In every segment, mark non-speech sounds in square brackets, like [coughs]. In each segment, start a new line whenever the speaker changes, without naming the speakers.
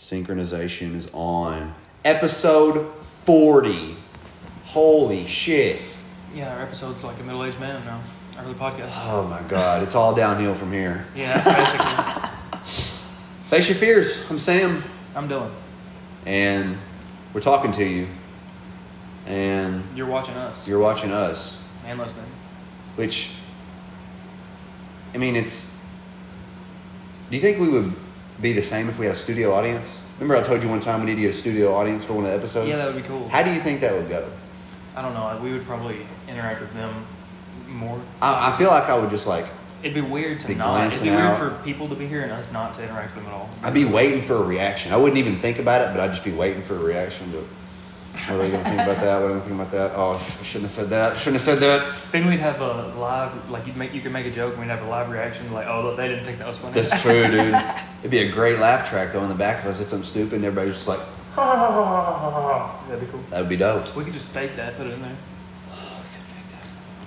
Synchronization is on. Episode 40. Holy shit.
Yeah, our episode's like a middle aged man now. Our other podcast.
Oh my god, it's all downhill from here.
Yeah,
[laughs]
basically.
Face your fears. I'm Sam.
I'm Dylan.
And we're talking to you. And
You're watching us
you're watching us.
and listening.
Which, I mean, it's. Do you think we would be the same if we had a studio audience? Remember, I told you one time we need to get a studio audience for one of the episodes?
Yeah, that would be cool.
How do you think that would go?
I don't know. We would probably interact with them more.
I, I feel like I would just like.
It'd be weird to
Be
not. It'd be
glancing
weird
out.
for people to be here and us not to interact with them at all.
I'd be waiting for a reaction. I wouldn't even think about it, but I'd just be waiting for a reaction to. What are they going to think about that? What are they going to think about that? Oh, sh- I shouldn't have said that. Shouldn't have said that.
Then we'd have a live, like you'd make, you could make a joke and we'd have a live reaction, like, oh, look, they didn't think that was funny.
That's true, dude. It'd be a great laugh track, though, in the back if I said something stupid and everybody's just like,
That'd be cool.
that would be dope.
We could just fake that, put it in there.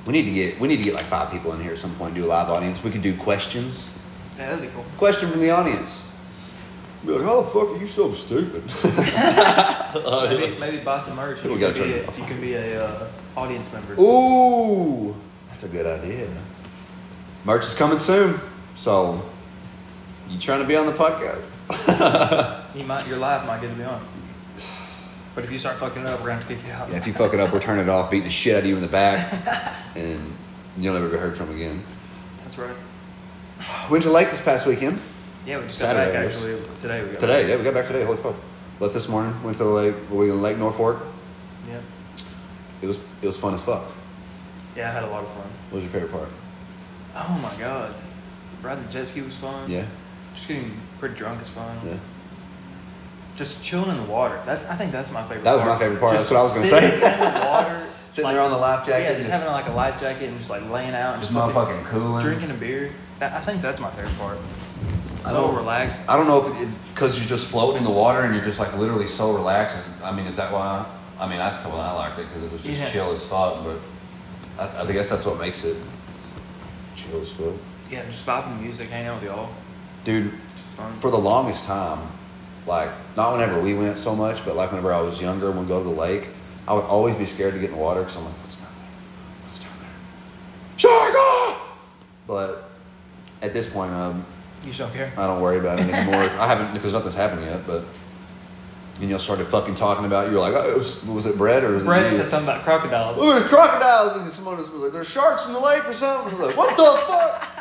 We need to get we need to get like five people in here at some point. Do a live audience. We could do questions.
Yeah, that'd be cool.
Question from the audience. Be like, how the fuck are you so stupid? [laughs]
Maybe, maybe buy some merch. And
We
you,
gotta
could be
turn
a,
it off.
you can be a uh, audience member.
Ooh, that's a good idea. Merch is coming soon, so you trying to be on the podcast?
You might, your life might get to be on. But if you start fucking it up, we're gonna have to kick you out.
Yeah, if you fuck it up, we're turning it off, beating the shit out of you in the [laughs] back, and you'll never be heard from again.
That's right.
Went to the lake this past weekend.
Yeah, we just
Saturday,
got back
I guess.
actually today. We got
Today, yeah, we got back today. Holy fuck! Left this morning. Went to the lake. We were in Lake Norfolk.
Back. Yeah,
It was it was fun as fuck.
yeah, I had a lot of fun.
What was your favorite part?
Oh my god, riding the jet ski was fun.
Yeah,
just getting pretty drunk is fun.
yeah.
Just chilling in the water. That's I think that's my favorite.
That was
part.
my favorite part.
Just
That's what I was gonna
sitting
say.
in the water,
[laughs] Sitting
like-
there on the life jacket,
Yeah, just,
just-
having like a life jacket and just like laying out and
Just
just fucking
motherfucking cooling.
drinking a beer. That, I think that's my favorite part.
I
So
don't-
relaxed.
I don't know if it's because you're just floating in the water and you're just like literally so relaxed. Is- I mean, is that why? I mean, that's why I liked it because it was just
Yeah.
chill as fuck. But I, I guess that's what makes it chill as fuck,
Yeah, just vibing to music, hanging out with y'all.
dude.
It's fun.
For the longest time, like not whenever we went so much, but like whenever I was younger, when we go to the lake, I would always be scared to get in the water because I'm like, what's down there? What's down there? Shark! But at this point, um,
you just don't care.
I don't worry about it anymore. I haven't because nothing's happened yet. But and y'all started fucking talking about you're like, oh, it was, was it bread or was
Brett
it you?
said something about crocodiles.
Look at the crocodiles and someone was like, there's sharks in the lake or something. I was like, what the fuck?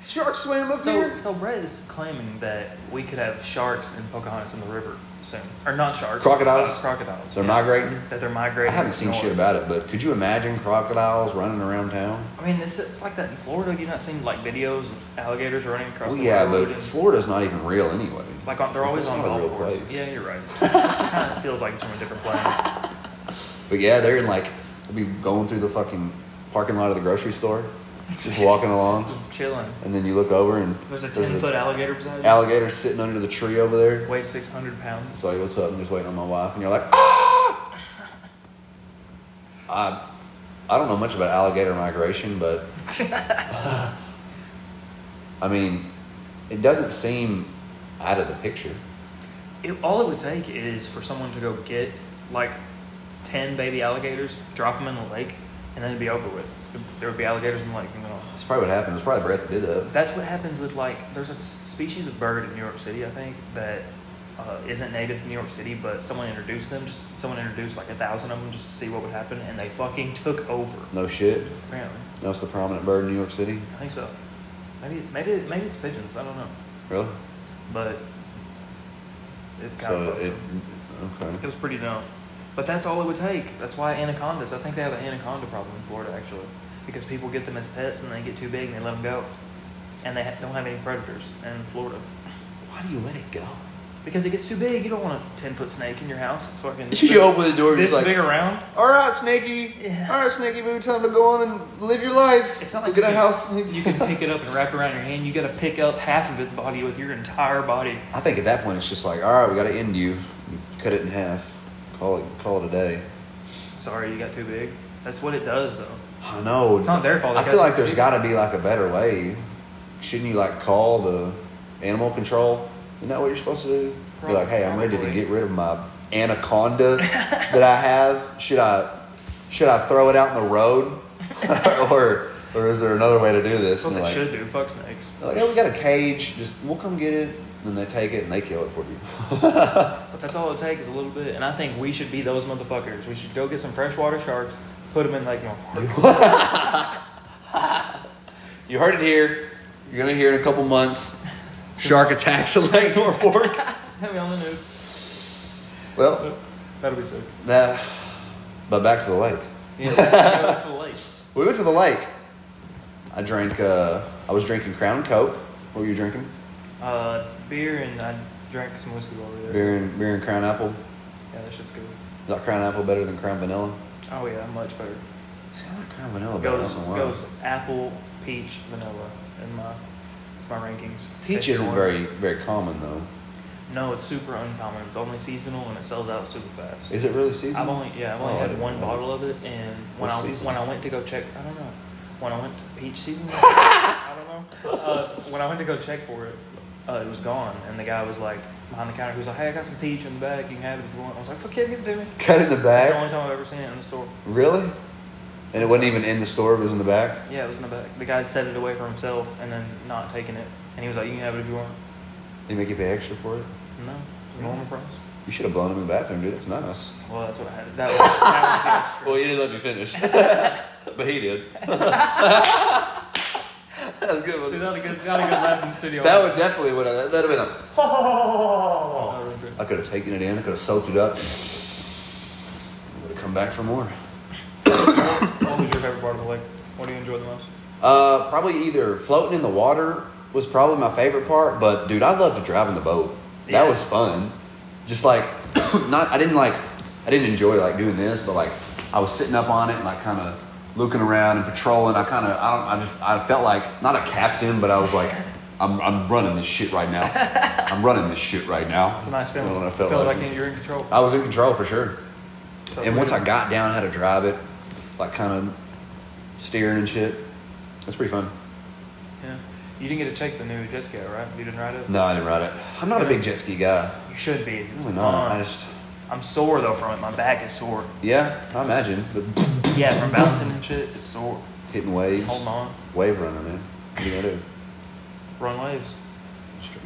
Sharks swam up
So,
here.
so Brett is claiming that we could have sharks and Pocahontas in the river soon, or not sharks,
Crocodiles?
uh, crocodiles.
They're
yeah.
migrating.
That they're
I
migrating.
haven't seen
north.
shit about it, but could you imagine crocodiles running around town?
I mean, it's, it's like that in Florida. Have you not seen like videos of alligators running across
Well,
the
yeah,
road?
but
and,
Florida's not even real anyway.
like on, they're always
It's
on
not a
golf
real
courses.
place.
Yeah,
[laughs]
you're right. it kind of feels like it's from a different planet.
But yeah, they're in like, they'll be going through the fucking parking lot of the grocery store, just walking along,
[laughs] Just chilling.
and then you look over and
There's a ten foot alligator beside you.
alligator sitting under the tree over there.
weighs six hundred pounds.
It's like, what's up? I'm just waiting on my wife, and you're like, ah! I, I don't know much about alligator migration, but [laughs] I mean, it doesn't seem out of the picture.
It, all it would take is for someone to go get like 10 baby alligators, drop them in the lake, and then it'd be over with. There would be alligators in the lake. You know.
That's probably what happened. It's probably Brett that did that.
That's what happens with like, there's a s- species of bird in New York City, I think, that uh, isn't native to New York City, but someone introduced them, just someone introduced like a thousand of them just to see what would happen, and they fucking took over,
No shit.
apparently.
That's the prominent bird in New York City.
I think so. Maybe, maybe, maybe it's pigeons. I don't know.
Really?
But it got
So
fucked
it.
up. It
Okay.
was pretty dumb. But that's all it would take. That's why anacondas. I think they have an anaconda problem in Florida, actually. Because people get them as pets and they get too big and they let them go. And they ha- don't have any predators in Florida.
Why do you let it [laughs] go?
Because it gets too big. You don't want a 10 foot snake in your house. It's
[laughs]
fucking.
You open the door.
this
It's like,
big around.
All right, Snakey.
Yeah.
All right, Snakey. Maybe time to go on and live your life.
It's not like
Go get
you
a
can-
house.
[laughs] You can pick it up and wrap it around your hand. You got to pick up half of its body with your entire body.
I think at that point it's just like, all right, we got to end you. You Cut it in half. Call it. Call it a day.
Sorry, you got too big. That's what it does, though.
I know.
It's not their fault.
I
They
feel
got
like
too
there's
big.
got to be like a better way. Shouldn't you like call the animal control Isn't that what you're supposed to do? Be like, hey, I'm ready to
Probably.
get rid of my anaconda that I have. Should I should I throw it out in the road? [laughs] or or is there another way to do this?
That's what
And
they
they're like,
should do. Fuck snakes.
they're like, hey, we got a cage, just we'll come get it. And they take it and they kill it for you.
But that's all it takes is a little bit. And I think we should be those motherfuckers. We should go get some freshwater sharks, put them in Lake Norfolk.
You heard it here. You're gonna hear in a couple months. Shark attacks in Lake Norfolk.
[laughs] it's gonna be on the news.
well,
That'll be sick.
that. But back to the lake.
Yeah, we should go to the lake.
We went to the lake. I drank. Uh, I was drinking Crown Coke. What were you drinking?
[laughs] Uh, beer and I drank some whiskey while we were there.
Beer and beer and Crown Apple.
Yeah, that shit's good.
Is that Crown Apple better than Crown Vanilla?
Oh yeah, much better.
See, I like Crown Vanilla better. I
Goes
don't know why.
goes apple, peach, vanilla in my my rankings.
Peach
Tastes
isn't
warm.
very very common though.
No, it's super uncommon. It's only seasonal and it sells out super fast.
Is it really seasonal?
I've only yeah, I've only
Oh, I
had
didn't
one
know.
bottle of it, and when
What's
I
season?
when I went to go check, I don't know. When I went to
[laughs]
peach season, I don't know. Uh, when I went to go check for it, uh, it was gone, and the guy was like behind the counter. He was like, "Hey, I got some peach in the bag. You can have it if you want." I was like, "Fuck yeah, give it to me."
Cut in the
That's
back.
the only time I've ever seen it in the store.
Really? And it wasn't even in the store. It was in the back.
Yeah, it was in the bag. The guy had set it away for himself and then not taking it, and he was like, "You can have it if you want."
They make you pay extra for it.
No, it was
Really?
normal price.
You should have blown him in the bathroom, dude. That's nice.
Well, that's what I had. That was, that
[laughs]
was the extra.
you didn't let me finish, but he did. [laughs] that was a good
See, not a good, not a good laugh in the studio.
That would definitely would have. That'd have been a.
That would've been-
I could have taken it in. I could have soaked it up. Would have come back for more.
What was your favorite part of the lake? What do you enjoy the most?
Uh, probably either floating in the water was probably my favorite part. But dude, I loved driving the boat.
Yeah.
That was fun. Just like, [coughs] not. I didn't like. I didn't enjoy like doing this, but like I was sitting up on it and like kind of looking around and patrolling. I kind of. I don't. I just. I felt like not a captain, but I was like. I'm, I'm running this shit right
[laughs]
now. I'm running this shit right now.
It's a nice feeling.
You know what
I
I felt like.
like, you're in control.
I was in control for sure.
Felt
and once
good.
I got down how to drive it, like kind of steering and shit, that's pretty fun.
yeah. you didn't get to check the new jet ski, right? You didn't ride it.
No, I didn't ride it. I'm not a big jet ski guy.
You should be. It's
Really not. I
fun.
just,
I'm sore though from it. My back is sore.
yeah, I imagine. But [clears throat]
Yeah, from bouncing and shit, it's sore.
hitting waves,
Holding on,
wave runner, man. What are you gonna do?
run waves.
It's true.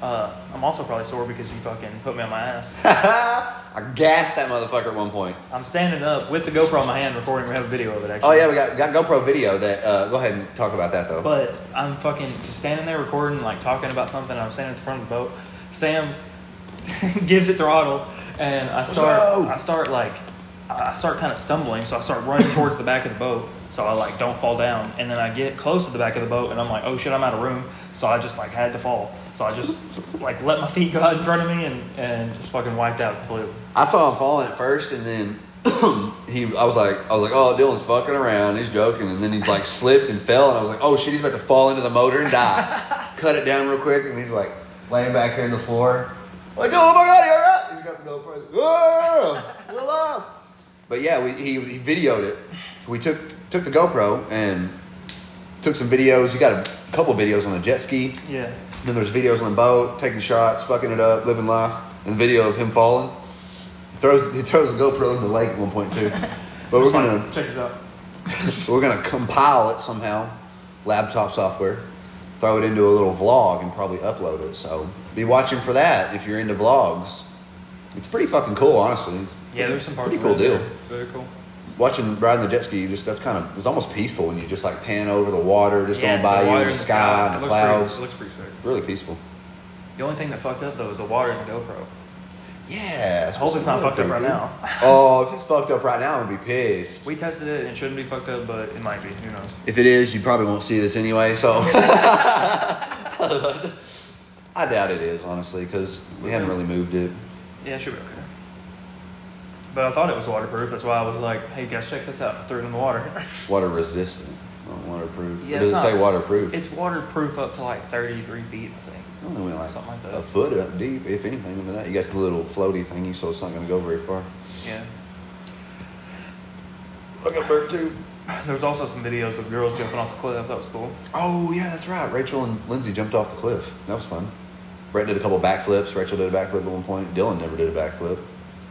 Uh, I'm also probably sore because you fucking put me on my ass.
I gassed that motherfucker at one point.
I'm standing up with the GoPro in my hand recording. We have a video of it actually.
Oh yeah, we got, got GoPro video. That uh, go ahead and talk about that though.
But I'm fucking just standing there recording, like talking about something. I'm standing at the front of the boat. Sam [laughs] gives it throttle, and I
go.
start. I start like I start kind of stumbling, so I
[clears throat]
start running towards the back of the boat, so I like don't fall down. And then I get close to the back of the boat, and I'm like, oh shit, I'm out of room. So I just like had to fall. So I just like let my feet [laughs] go out in front of me, and and just fucking wiped out completely.
I saw him falling at first, and then [clears throat] he. I was like, I was like, oh, Dylan's fucking around. He's joking, and then he like slipped and fell, and I was like, oh shit, he's about to fall into the motor and die. Cut it down real quick, and he's like laying back here on the floor. I'm like, Dylan, oh my god, you all right? He's got the GoPro. He's like, "Oh, we're alive. But yeah, we, he he videoed it. So we took took the GoPro and took some videos. You got a couple videos on the jet ski.
Yeah,
Then there's videos on the boat, taking shots, fucking it up, living life, and video of him falling. He throws he throws the GoPro in the lake at one point
[laughs]
too. But we're
Just like,
gonna
check this out.
we're gonna compile it somehow, laptop software, throw it into a little vlog and probably upload it. So be watching for that if you're into vlogs. It's pretty fucking cool, honestly. It's
Yeah, there's some parts.
pretty
of
cool
it that
deal.
are Very cool.
Watching riding the jet ski, you just that's kind of it's almost peaceful when you just like pan over the water, just
Yeah,
going by you,
water
and the
and
sky, and the
It looks pretty-
clouds.
It looks pretty sick.
Really peaceful.
The only thing that fucked up though is the water in the GoPro.
Yeah. I
hope it's not fucked up right now.
oh, if it's fucked up right now, I'm gonna be pissed.
We tested it and it shouldn't be fucked up, but it might be. Who knows?
If it is, you probably won't see this anyway. So [laughs] I doubt it is, honestly, because we haven't really moved it.
Yeah, it should be okay. But I thought it was waterproof. That's why I was like, "Hey guys, check this out." I threw it in the water. [laughs]
Water resistant, not waterproof.
Yeah,
it doesn't
it's
say
not-
waterproof. It
it's waterproof up to like thirty-three feet, I think.
only went like,
something like that.
a foot up deep, if anything, into that. You got the little floaty thingy, so it's not gonna go very far.
Yeah. [laughs]
I got burnt too.
There was also some videos of girls jumping off the cliff. That was cool.
Oh yeah, that's right. Rachel and Lindsay jumped off the cliff. That was fun. Brett did a couple backflips. Rachel did a backflip at one point. Dylan never did a backflip.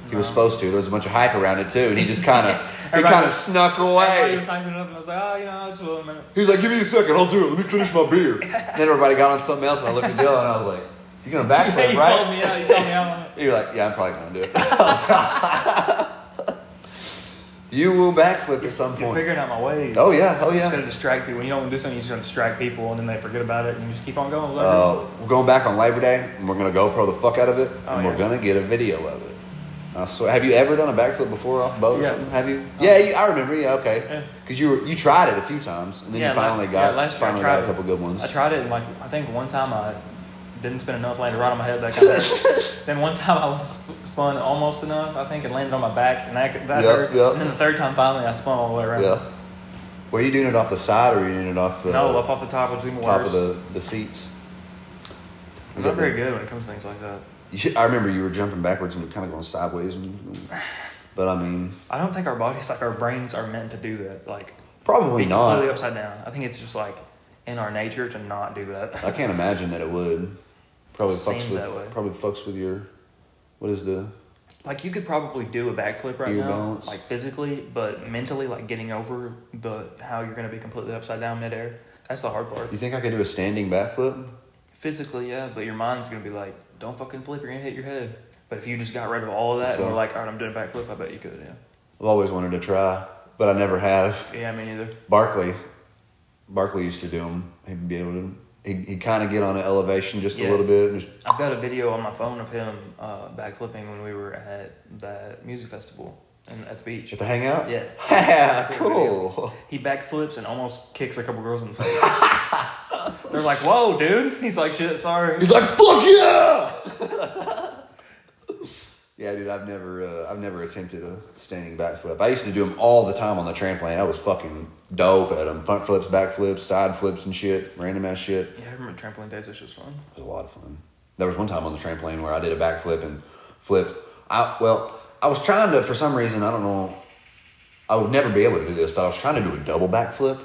He was
No.
supposed to. There was a bunch of hype around it too, and he just
[laughs]
kind of he
Everybody
kind of
was-
snuck
Everybody
away.
was hyping it up, and I was like, oh, you know, I'll just wait a [laughs] minute.
He's like, "Give me a second, I'll do it. Let me finish my
[laughs]
beer." then everybody got on something else, and I looked at Dylan, and I was like, "You
[laughs]
gonna backflip,
you
right?"
told me out. You told me [laughs] out.
You're like, yeah, I'm probably gonna do it. [laughs] you will backflip at some
You're
point.
figuring out my ways.
Oh yeah, oh
It's gonna
yeah.
distract people. When you don't want to do something, you're just gonna distract people, and then they forget about it, and you just keep on going.
Uh, we're going back on Labor Day, and we're gonna GoPro the fuck out of it, and
Oh,
we're
yeah.
gonna get a video of it. I swear, have you ever done a backflip before off a boat or
Yeah. Uh-huh.
something? Have you? Yeah, you, I remember. Yeah,
Yeah.
okay. Because you were, you tried it a few times, and then you
la-
finally
yeah,
got
last year I
finally
tried
got a
it.
couple good ones.
I tried it, and like I think one time I didn't spin enough, landed right on my head. That kind of
[laughs]
hurt. then one time I was sp- spun almost enough, I think, and landed on my back, and that, that
Yeah,
hurt.
yeah.
And then the third time, finally, I spun all the way around.
Yeah. Were you doing it off the side, or were you doing it off the
no, up off the top was even worse.
top of the, the seats?
I'm not very good when it comes to things like that.
Yeah, I remember you were jumping backwards and you were kind of going
[sighs]
sideways. when you- But I mean,
I don't think our bodies, like our brains, are meant to do that. Like
probably
be completely
not.
upside down. I think it's just like in our nature to not do that.
I can't imagine that it would. Probably
Seems
fucks with
that way.
probably fucks with your what is the
Like you could probably do a backflip right
Ear
now,
balance.
like physically, but mentally, like getting over the how you're gonna be completely upside down midair. That's the hard part.
you think I could do a standing backflip?
Physically, yeah, but your mind's gonna be like, don't fucking flip, you're gonna hit your head. But if you just got rid of all of that
So-
and were like, all right, I'm doing a backflip, I bet you could, yeah.
I've always wanted to try, but I never have.
Yeah, me neither.
Barkley, Barkley used to do them. He'd be able to. He'd, he'd kind of get on an elevation just a
Yeah.
little bit. And just
I've got a video on my phone of him uh, backflipping when we were at that music festival and at the beach.
at the hangout.
Yeah.
[laughs] Yeah, cool.
He backflips and almost kicks a couple girls in the face. [laughs] They're like, whoa, dude. He's like, shit, sorry.
He's like, "Fuck yeah!" yeah, dude, I've never, uh, I've never attempted a standing backflip. I used to do them all the time on the trampoline. I was fucking dope at them. Front flips, back flips, side flips, and shit. Random ass shit. It
Yeah, I remember trampoline days. That shit was fun.
was a lot of fun. There was one time on the trampoline where I did a backflip and flipped. I well, I was trying to for some reason. I don't know. I would never be able to do this, but I was trying to do a double backflip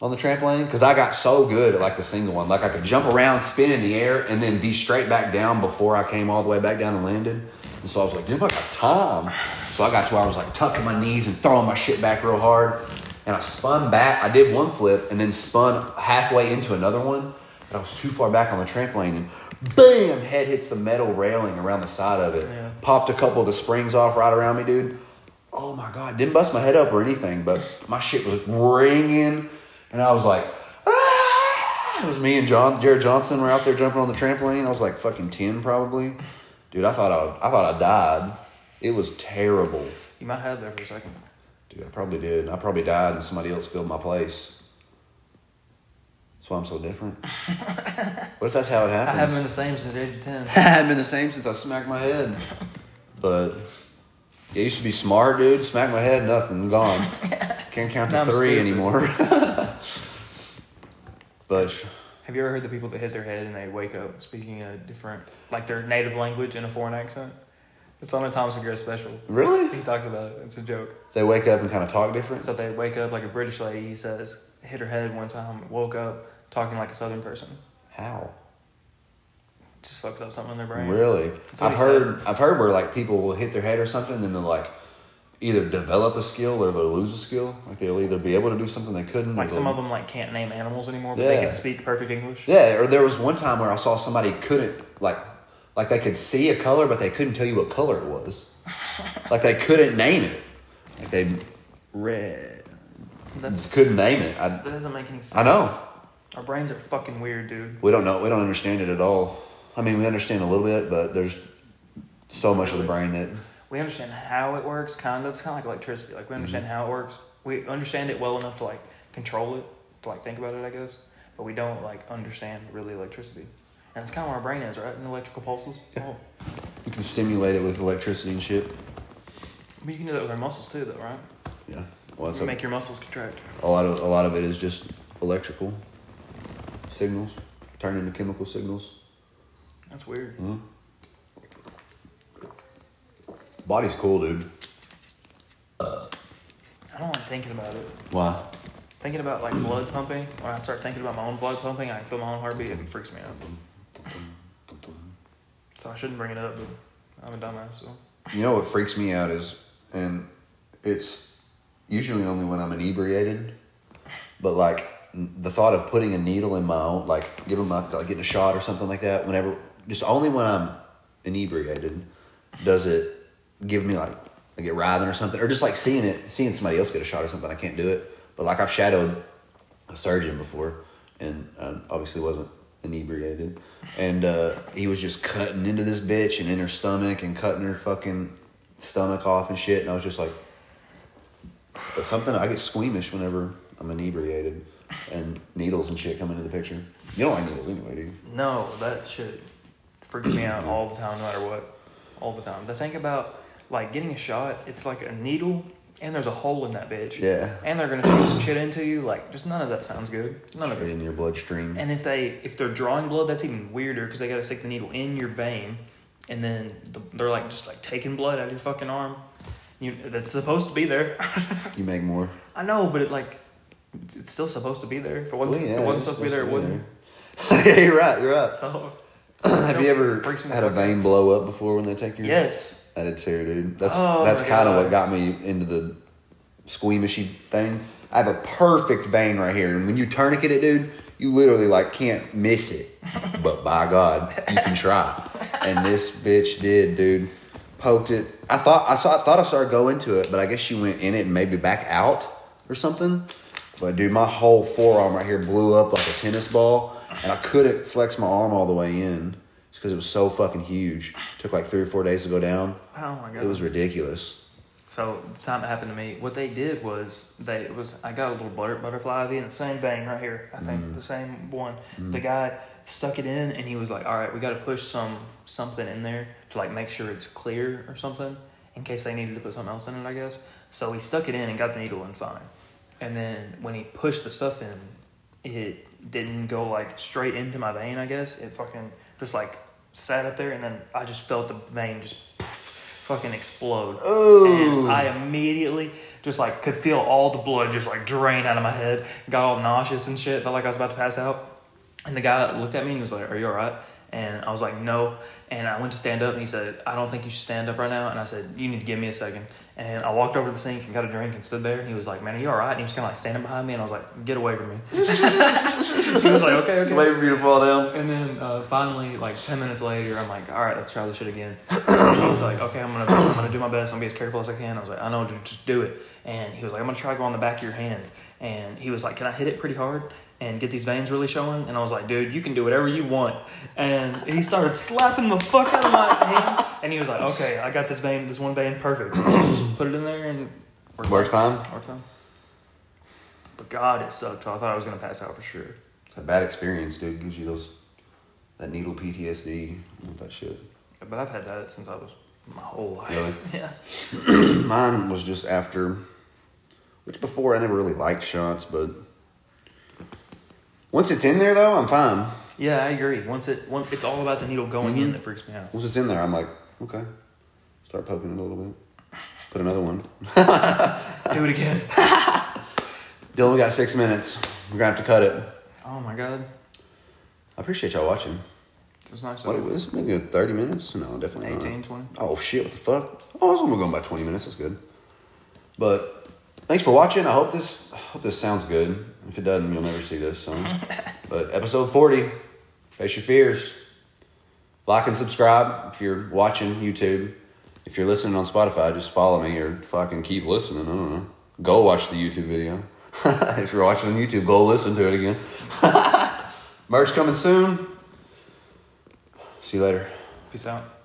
on the trampoline because I got so good at like the single one. Like I could jump around, spin in the air, and then be straight back down before I came all the way back down and landed. And so I was like, dude, I got time. So I got to where I was like tucking my knees and throwing my shit back real hard. And I spun back. I did one flip and then spun halfway into another one. And I was too far back on the trampoline and bam, head hits the metal railing around the side of it.
Yeah.
Popped a couple of the springs off right around me, dude. Oh my god! Didn't bust my head up or anything, but my shit was ringing, and I was like, ah! it was me and John, Jared Johnson, were out there jumping on the trampoline. I was like fucking ten, probably, dude. I thought I, was, I thought I died. It was terrible,
You might have there for a second.
dude. I probably did. I probably died, and somebody else filled my place. That's why I'm so different. what if that's how it
I
happens?
haven't been the same since the age
[laughs]
of 10.
I haven't been the same since I smacked my head. But yeah, I used to be smart, dude. Smack my head, nothing,
[laughs]
gone. Can't count
Now
to
I'm
three
stupid.
anymore. [laughs] but
Have you ever heard the people that hit their head and they wake up speaking a different, like their native language in a foreign accent? It's on a Tom Segura special.
really,
He talks about it. It's a joke.
they wake up and kind of talk different.
So they wake up like a British lady. He says, hit her head one time, woke up talking like a southern person.
How?
Just fucks up something in their brain.
Really?
That's what
I've
he
heard. I've heard where like people will hit their head or something, then they'll like either develop a skill or they'll lose a skill. Like they'll either be able to do something they couldn't. or
Like some
they'll-
of them like can't name animals anymore, but they
Yeah.
can speak perfect English.
Yeah, or there was one time where I saw somebody couldn't like like they could see a color but they couldn't tell you what color it was. like they couldn't name it. Like they red.
That's,
Just couldn't name it.
that
I
doesn't make any sense.
I know.
Our brains are fucking weird, dude.
We don't know. We don't understand it at all. I mean, we understand a little bit, but there's so much of the brain that
We understand how it works, kind of. It's kind of like electricity.
Mm-hmm.
Like we understand how it works. We understand it well enough to like control it, to like think about it, I guess. But we don't like understand really electricity, and it's kind of where our brain is, right? And electrical pulses. Oh.
you can stimulate it with electricity and shit.
But you can do that with our muscles too, though, right?
Yeah. Well, that's
You
a,
make your muscles contract.
a lot of a lot of it is just electrical signals turned into chemical signals.
That's weird.
Mm-hmm. Body's cool, dude.
I don't like thinking about it.
Why?
Thinking about like blood pumping, when I start thinking about my own blood pumping, I can feel my own heartbeat. It freaks me out. shouldn't bring it up, but I'm a dumbass. So
You know what freaks me out is, and it's usually only when I'm inebriated, but like n- the thought of putting a needle in my own, like giving my, like getting a shot or something like that, whenever, just only when I'm inebriated does it give me like, I get writhing or something, or just like seeing it, seeing somebody else get a shot or something, I can't do it. But like I've shadowed a surgeon before, and um, obviously wasn't inebriated, and uh, he was just cutting into this bitch and in her stomach and cutting her fucking stomach off and shit, and I was just like, but something I get squeamish whenever I'm inebriated, and needles and shit come into the picture. You don't like needles anyway, do you?
no, that shit freaks me out all the time, no matter what, all the time. The thing about like getting a shot, it's like a needle and there's a hole in that bitch.
Yeah.
And they're gonna shoot some shit into you. Like, just none of that sounds good. None of
Straight
it.
in your bloodstream.
And if they if they're drawing blood, that's even weirder because they got to stick the needle in your vein, and then the, they're like just like taking blood out of your fucking arm. You that's supposed to be there. [laughs]
You make more.
I know, but it like it's, it's still supposed to be there. If it wasn't,
Well, yeah,
if it
it's
wasn't supposed to be there, it wouldn't.
[laughs] yeah, you're right. You're right.
So
Have you ever
Freaks me
had a
the fuck
vein blow up before when they take your?
yes.
I did too, dude. That's
Oh,
that's
my
kind of what
gosh.
got me into the squeamishy thing. I have a perfect vein right here, and when you tourniquet it, dude, you literally like can't miss it.
[laughs]
but by God, you can try. And this bitch did, dude. Poked it. I thought I saw. I thought I saw her go into it, but I guess she went in it and maybe back out or something. But dude, my whole forearm right here blew up like a tennis ball, and I couldn't flex my arm all the way in. It's because it was so fucking huge. Took like three or four days to go down.
Oh my god.
It was ridiculous.
So the time it happened to me, what they did was they it was I got a little butter, butterfly IV in the same vein right here. I think the same one. The guy stuck it in and he was like, "All right, we got to push some something in there to like make sure it's clear or something in case they needed to put something else in it, I guess." So he stuck it in and got the needle in fine. And then when he pushed the stuff in, it didn't go like straight into my vein. I guess it fucking just like sat up there and then I just felt the vein just fucking explode.
Ooh.
And I immediately just like could feel all the blood just like drain out of my head. Got all nauseous and shit. Felt like I was about to pass out. And the guy looked at me and was like, "Are you all right?" And I was like, "No." And I went to stand up and he said, "I don't think you should stand up right now." And I said, "You need to give me a second. And I walked over to the sink and got a drink and stood there. And he was like, "Man, are you all right?" And he was kind of like standing behind me and I was like, "Get away from me." [laughs] he was like, "Okay, okay."
for you to fall down.
And then uh, finally, like ten minutes later, I'm like, all right, let's try this
[clears throat]
shit again. I was like, okay, I'm gonna, I'm gonna do my best. I'm gonna be as careful as I can. I was like, I know, dude, just do it. And he was like, I'm gonna try to go on the back of your hand. And he was like, can I hit it pretty hard and get these veins really showing? And I was like, dude, you can do whatever you want. And he started slapping the fuck out of my hand. And he was like, okay, I got this vein, this one vein, perfect. just put it in there and worked
Worked fine.
Worked fine. But God, it sucked. I thought I was gonna pass out for sure.
It's a bad experience, dude. Gives you those that needle PTSD, all that shit. [clears throat]
But I've had that since I was my whole life.
Really?
[laughs] Yeah.
Mine was just after, which before I never really liked shots, but once it's in there though, I'm fine.
Yeah, I agree. Once it, once, it's all about the needle going
Mm-hmm.
in that freaks me out.
Once it's in there, I'm like, okay. Start poking it a little bit. Put another one.
Do it again. [laughs]
Dylan, we got six minutes. We're gonna have to cut it.
Oh my god,
I appreciate y'all watching.
it's nice.
What it was? Maybe a thirty minutes? No, definitely not.
18, 20.
Oh shit! What the fuck? Oh, I was only going by twenty minutes. That's good. But thanks for watching. I hope this I hope this sounds good. If it doesn't, you'll never see this. So. but episode forty, face your fears. Like and subscribe if you're watching YouTube. If you're listening on Spotify, just follow me or fucking keep listening. I don't know. Go watch the YouTube video. [laughs] if you're watching on YouTube, go listen to it again. [laughs] Merch coming soon. See you later.
Peace out.